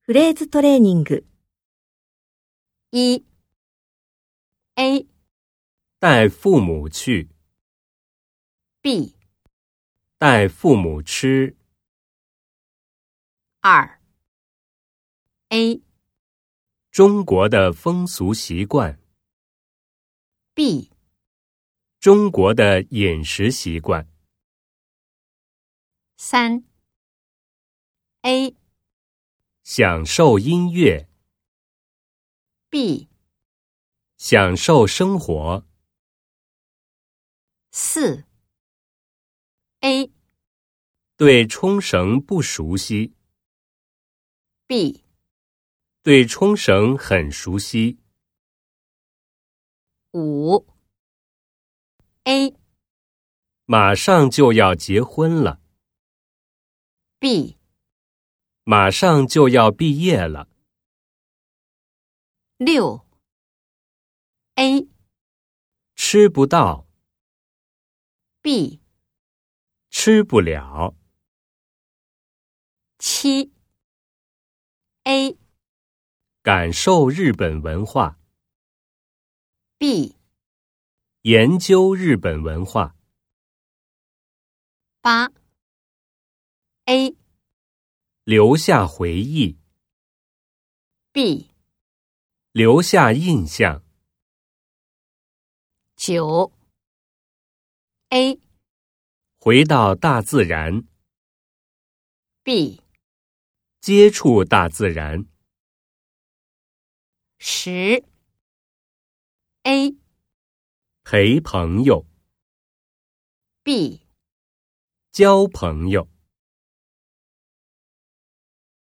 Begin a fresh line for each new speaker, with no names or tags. フレーズトレーニング。
一 A
带父母去，
B
带父母吃，
二 A
中国的风俗习惯，
B
中国的饮食习惯，
三 A
享受音乐，
B
享受生活，
四 A
对冲绳不熟悉，
B
对冲绳很熟悉，
五 A
马上就要结婚了，
B
马上就要毕业了，
六 A
吃不到，
B
吃不了，
七 A
感受日本文化，
B
研究日本文化，
八 A
留下回忆，
B
留下印象。
九 A
回到大自然，
B
接触大自然，
十 A
陪朋友，
B
交朋友。